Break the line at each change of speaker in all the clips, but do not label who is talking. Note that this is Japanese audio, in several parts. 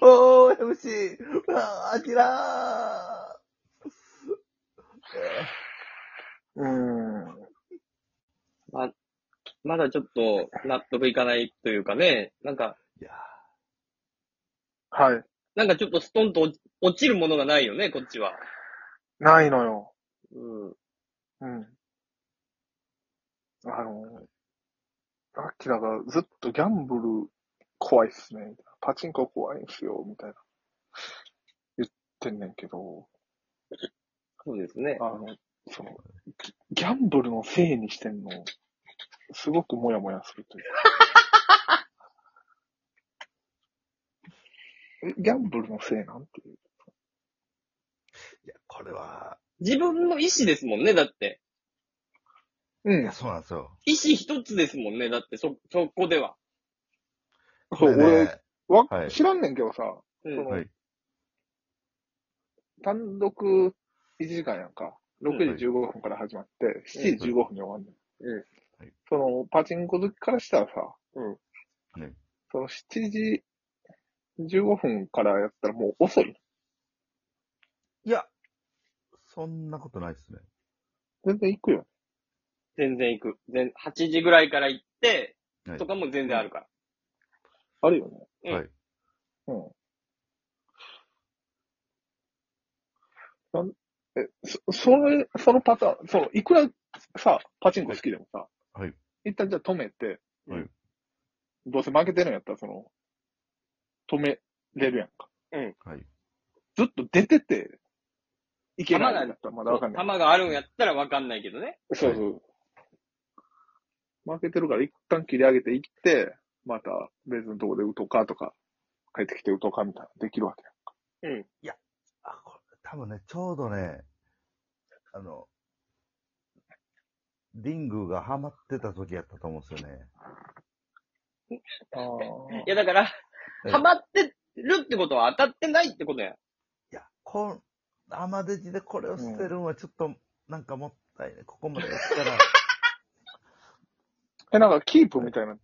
OMC! わあ、アキラ
うーん。ま、まだちょっと納得いかないというかね、なんか、
ーいや
はい。
なんかちょっとストンと落ち落ちるものがないよね、こっちは。
ないのよ。
うん。
うん。あの、アキラがずっとギャンブル怖いっすね。みたいなパチンコ怖いんすよ、みたいな。言ってんねんけど、
そうですね
あ。の、その、ギギャンブルのせいにしてんの、すごくモヤモヤす るというか。えギャンブルのせいなんていう。
いや、これは、
自分の意思ですもんね、だって。
う
い
ん
や、。そうなんですよ。
意思一つですもんね、だって、そ、そこでは。
そう、
これね、
俺、
は
わ、
い
知らんねんけどさ、
うん
その、
はい
単独1時間やんか。6時15分から始まって、7時15分に終わんねん。
うん
はい
その、パチンコ好きからしたらさ、
うんね
その7時15分からやったらもう遅い。
いや、そんなことないですね。
全然行くよ。
全然行く。全、8時ぐらいから行って、
はい
とかも全然あるから。
あるよね。
うん
はい。
うん。なんえ、そ、それ、そのパターン、その、いくらさ、パチンコ好きでもさ、
はい。
一旦じゃあ止めて、
はい
どうせ負けてるんやったら、その、止めれるやんか。
はい。
ずっと出てて、いけない
球が
んだったらまだわかんない。
弾があるんやったらわかんないけどね。
そうそう。負けてるから一旦切り上げていって、また別のとこで打とうかとか、帰ってきて打とうかみたいな、できるわけや。
あ、これ、多分ね、ちょうどね、あの、リングがハマってた時やったと思うんですよね。
ああ。
いや、だから、
うん
ハマってるってことは当たってないってことや。
いや、こん、アマデジでこれを捨てるんはちょっと、なんかもったいない。ここまでやった ら、
え、なんかキープみたいな。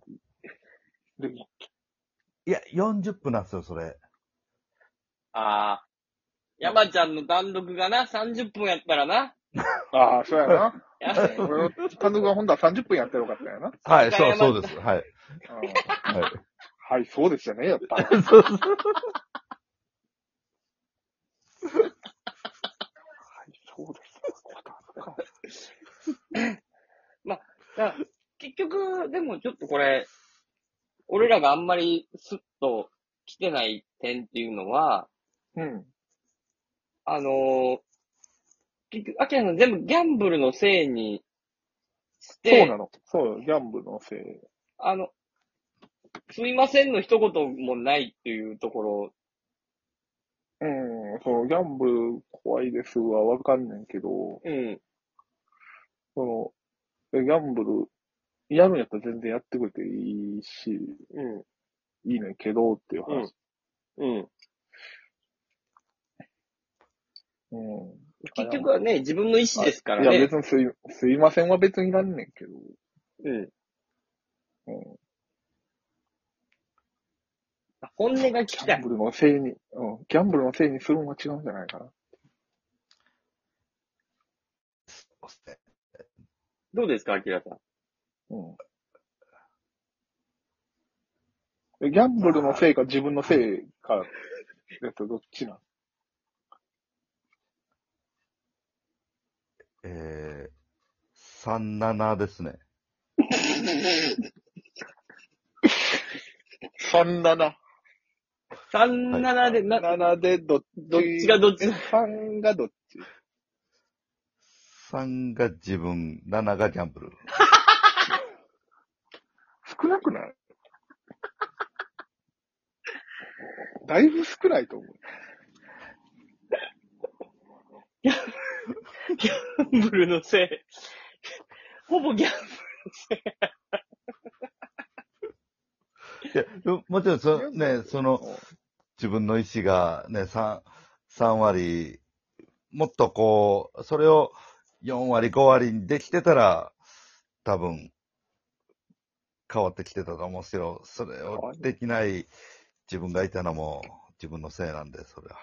できん
いや、40分なんですよ、それ。
ああ。山ちゃんの単独がな、30分やったらな。
ああ、そうやな。
や
俺の単独が本当は30分やってよかったんやな。
はい、
そ
そうう、そうです。はい。
あ
はい。
あはい、そうですよね、やっぱ。
そうそう。
そうです。
だから結局、でもちょっとこれ、俺らがあんまりスッと来てない点っていうのは、
うん。
あのー結局、アキラさん全部ギャンブルのせいにし
そう
て、
なの。そう、ギャンブルのせい。
あの、すいませんの一言もないっていうところ、
うん、そう、ギャンブル怖いですはわかんねんけど、
うん、
その、えギャンブル、やるんやったら全然やってくれていいし、
う
いいねんけどっていう話。
ん、うん。
うん。
結局はね、自分の意思ですから
いや、
ね。
別にすい、すいませんは別にいらんねんけど、
うん。
うん。
本音が聞き
ギ
た
ャン
い。
ブルのせいに、うん、ギャンブルのせいにするのは違うんじゃないかな。
どうですか、アキラさん。
うん。えギャンブルのせいか自分のせいか、えっと、どっちなん
えー、37ですね。
?37。
37で、な、
7でどっち
どっちがどっち
え ?3 がどっち
3が自分、7がギャンブル。
少なくないだいぶ少ないと思う。
ギャンブルのせい。ほぼギャン
いや、でももちろん、そね、その、自分の意思がね、3、三割、もっとこう、それを4割、5割にできてたら、多分、変わってきてたと思うんですけど、それをできない自分がいたのも、自分のせいなんで、それは。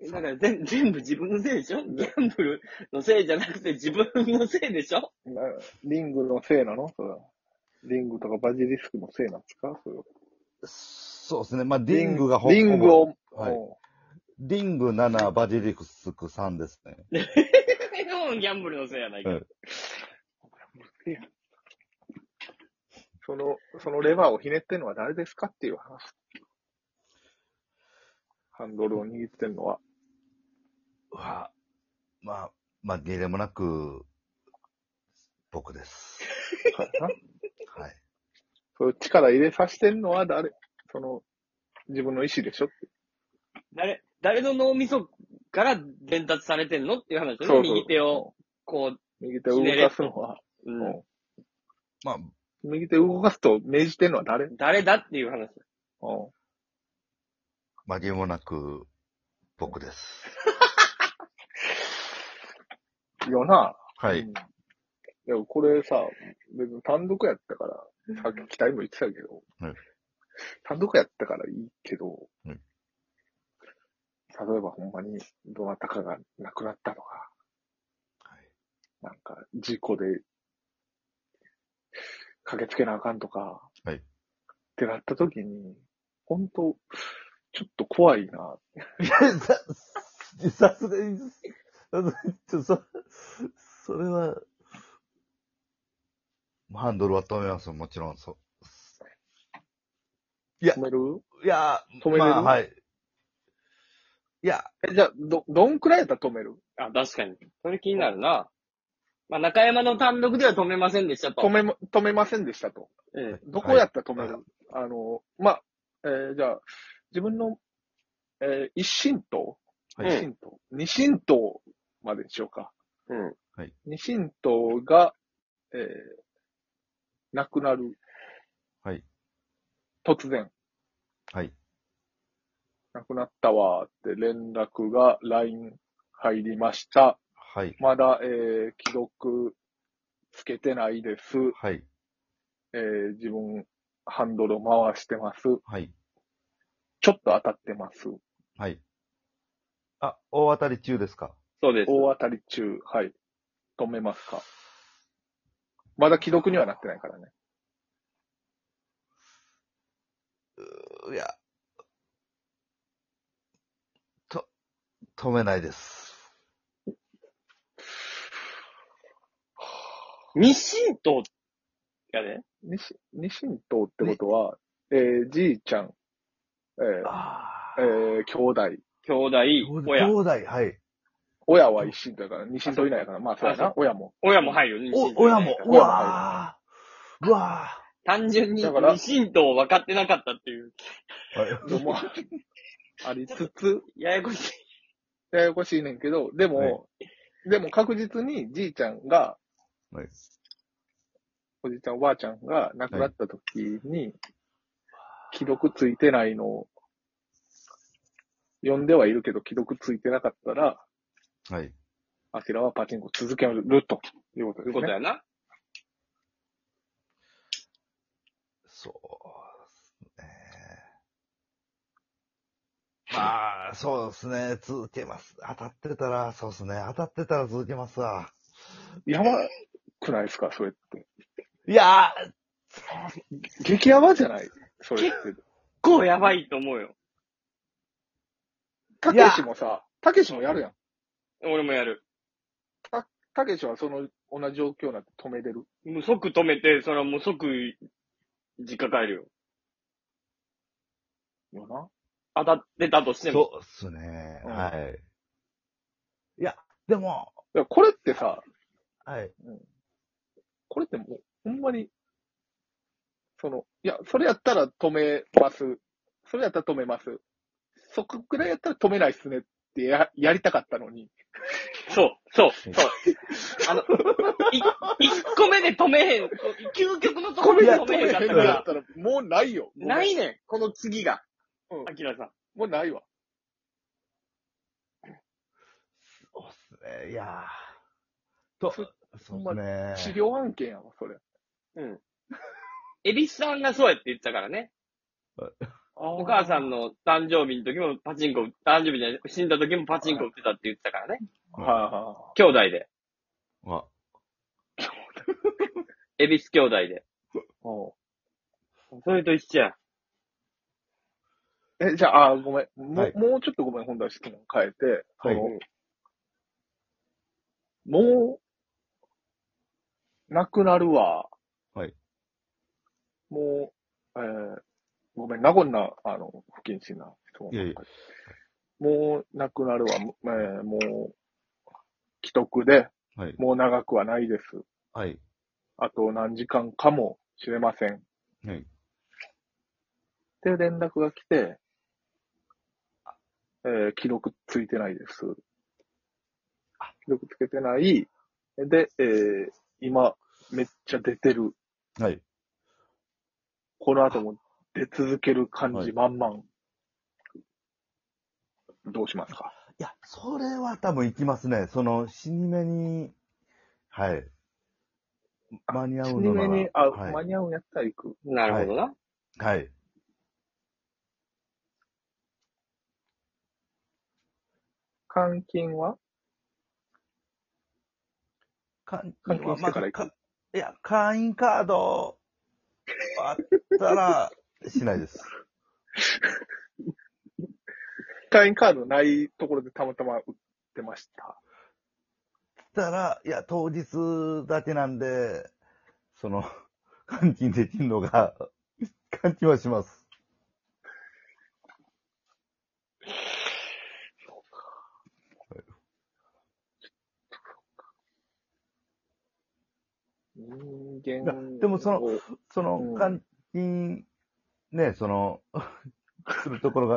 えだから全全部自分のせいでしょギャンブルのせいじゃなくて自分のせいでしょ
なリングのせいなのそれは。リングとかバジリスクのせいなんですかそれは
そうですね。まあ、リングがほ
リングを、
はい
お
リング7、バジリクスク3ですね。
もうギャンブルのせいやないか。
うん
うその、そのレバーをひねってんのは誰ですかっていう話。ハンドルを握ってんのは。
は、まあ、まあ、にでもなく、僕です。
そうやな
はい。
そういう力入れさせてんのは誰その、自分の意思でしょって。
誰、誰の脳みそから伝達されてんのっていう話だ
そ
よ
う
ね。
そう
右手を、こ
右手を動かすのは、
う、
う
うん
まあ、
ん右手を動かすと命じてんのは誰うん
誰だっていう話。
まげもなく、僕です。
よな。
は
う
い
ん。。でもこれさ、別に単独やったから、さっき期待も言ってたけど、
はい
単独やったからいいけど、
うん
例えばほんまにどなたかが亡くなったとか、
はい
なんか事故で駆けつけなあかんとか、
はい
ってなった時に、本当ちょっと怖いな。
いや さ、さすがに、さすがにちょそ、それは、ハンドルは止めますよ、もちろん。そや
止める
いやー、
止めれる
まあ、はい。いや、
えじゃあ、ど、どんくらいやったら止める
あ、確かに。それ気になるな。まあ、中山の単独では止めませんでしたと。
止めま、止めませんでしたと。
うん。
どこや
っ
ったら止める、
は
あの、まあ、えーじゃあ、自分の、えー一神党、
は
う
い
ん
一神党、二神党までにしようか。
うん。
二神党が、えー、なくなる。
はい。
突然、
はい。
なくなったわーって連絡が LINE 入りました。
はい。
まだ、えー、既読つけてないです。
はい。
えー、自分、ハンドル回してます。
はい。
ちょっと当たってます。
はい。あ、大当たり中ですか
そうです。
大当たり中、はい。止めますか。まだ既読にはなってないからね。
いや、と、止めないです。
日清と、やで、
西、西神党ってことは、えー、じいちゃん、え
あ
ー、えー、兄弟、
兄弟、親
兄。弟、はい。
親は一神党やから、二神党以内やから、まあそうや
あ
な、親も。
親も入るよ。
お、親も、う
親も
わーうわ
単純に、
だから
二神と分かってなかったっていう、
ーはい
もあありつつ、
ややこしい。
ややこしいねんけど、でも、
はい
でも確実にじいちゃんが、
はい
おじいちゃん、おばあちゃんが亡くなった時に、既読ついてないのを、読んではいるけど、既読ついてなかったら、
はい。
アキラはパチンコ続けるということ
と
で
い
す
うこと
ね。
やな。
そうですね。まあ、そうですね。続けます。当たってたら、そうですね。当たってたら続けますわ。
やばくないですか、それって。
いやー、
激ヤバじゃないそれって。
こうやばいと思うよ。
たけしもさ、たけしもやるやん。
俺もやる。
たけしはその、同じ状況になって止めれる。
もう即止めて、それはもう即、実家帰るよ。
よな。
当たってたとしても。
そうですね。
うん
はい。いや、でも、
だからこれってさ、
はい。
これってもう、ほんまに、その、いや、それやったら止めます。それやったら止めます。そこくらいやったら止めないっすねってや、やりたかったのに。
そう、そう、そう。あの、い、一個目で止めへん、究極のとこ
こ
ろ
れ
で
で
止
止
め
め
へ
へ
ん
ん
か
か
っ
ったた
か
からら、。もうないよ。ごめん
ないねん、この次が。
うん
アキラさん。
もうないわ。
そうっすね。いやー。と、
そ
そうです
治
ね。
療案件やわ、それ。
うん。エビスさんがそうやって言ってたからね。お
お
母さんの誕生日の時もパチンコ、誕生日じゃない、死んだ時もパチンコ売ってたって言ってたからね。
はいは
兄弟で。
わ、
恵比寿兄弟で。
いお
それと一緒や。
う。え、じゃあ、あーごめん。も,、
はい
もうちょっとごめん、本題質問変えて。
はい
そのもう、なくなるわ。
はい。
もう、えー、ごめん、名古屋な、あの、不謹慎な質問。
いやいや
もうなくなるわ。もえー、もう、既得で、
はい、
もう長くはないです。
はい、
あと何時間かもしれません。
はい、
っていう連絡が来て、えー記録ついてないです。記録つけてない。で、えー今、めっちゃ出てる。
はい。
この後も出続ける感
は
じ
い
満々。どうしますか
いや、それは多分行きますね。その、死に目に、はい。間に合うのなら
ちなみに、あ、
はい
間に合うんやったら行く。
なるほどな。
はい。
監禁は
換
換金してから行く
まあいや、会員カード、あったら、しないです。
会員カードないところでたまたま売ってました。
たら、いや、当日だけなんで、その、換金できるのが、換金はします。い
人
や
間
でもその
を
その
う、ん
換金、ね、その、するところが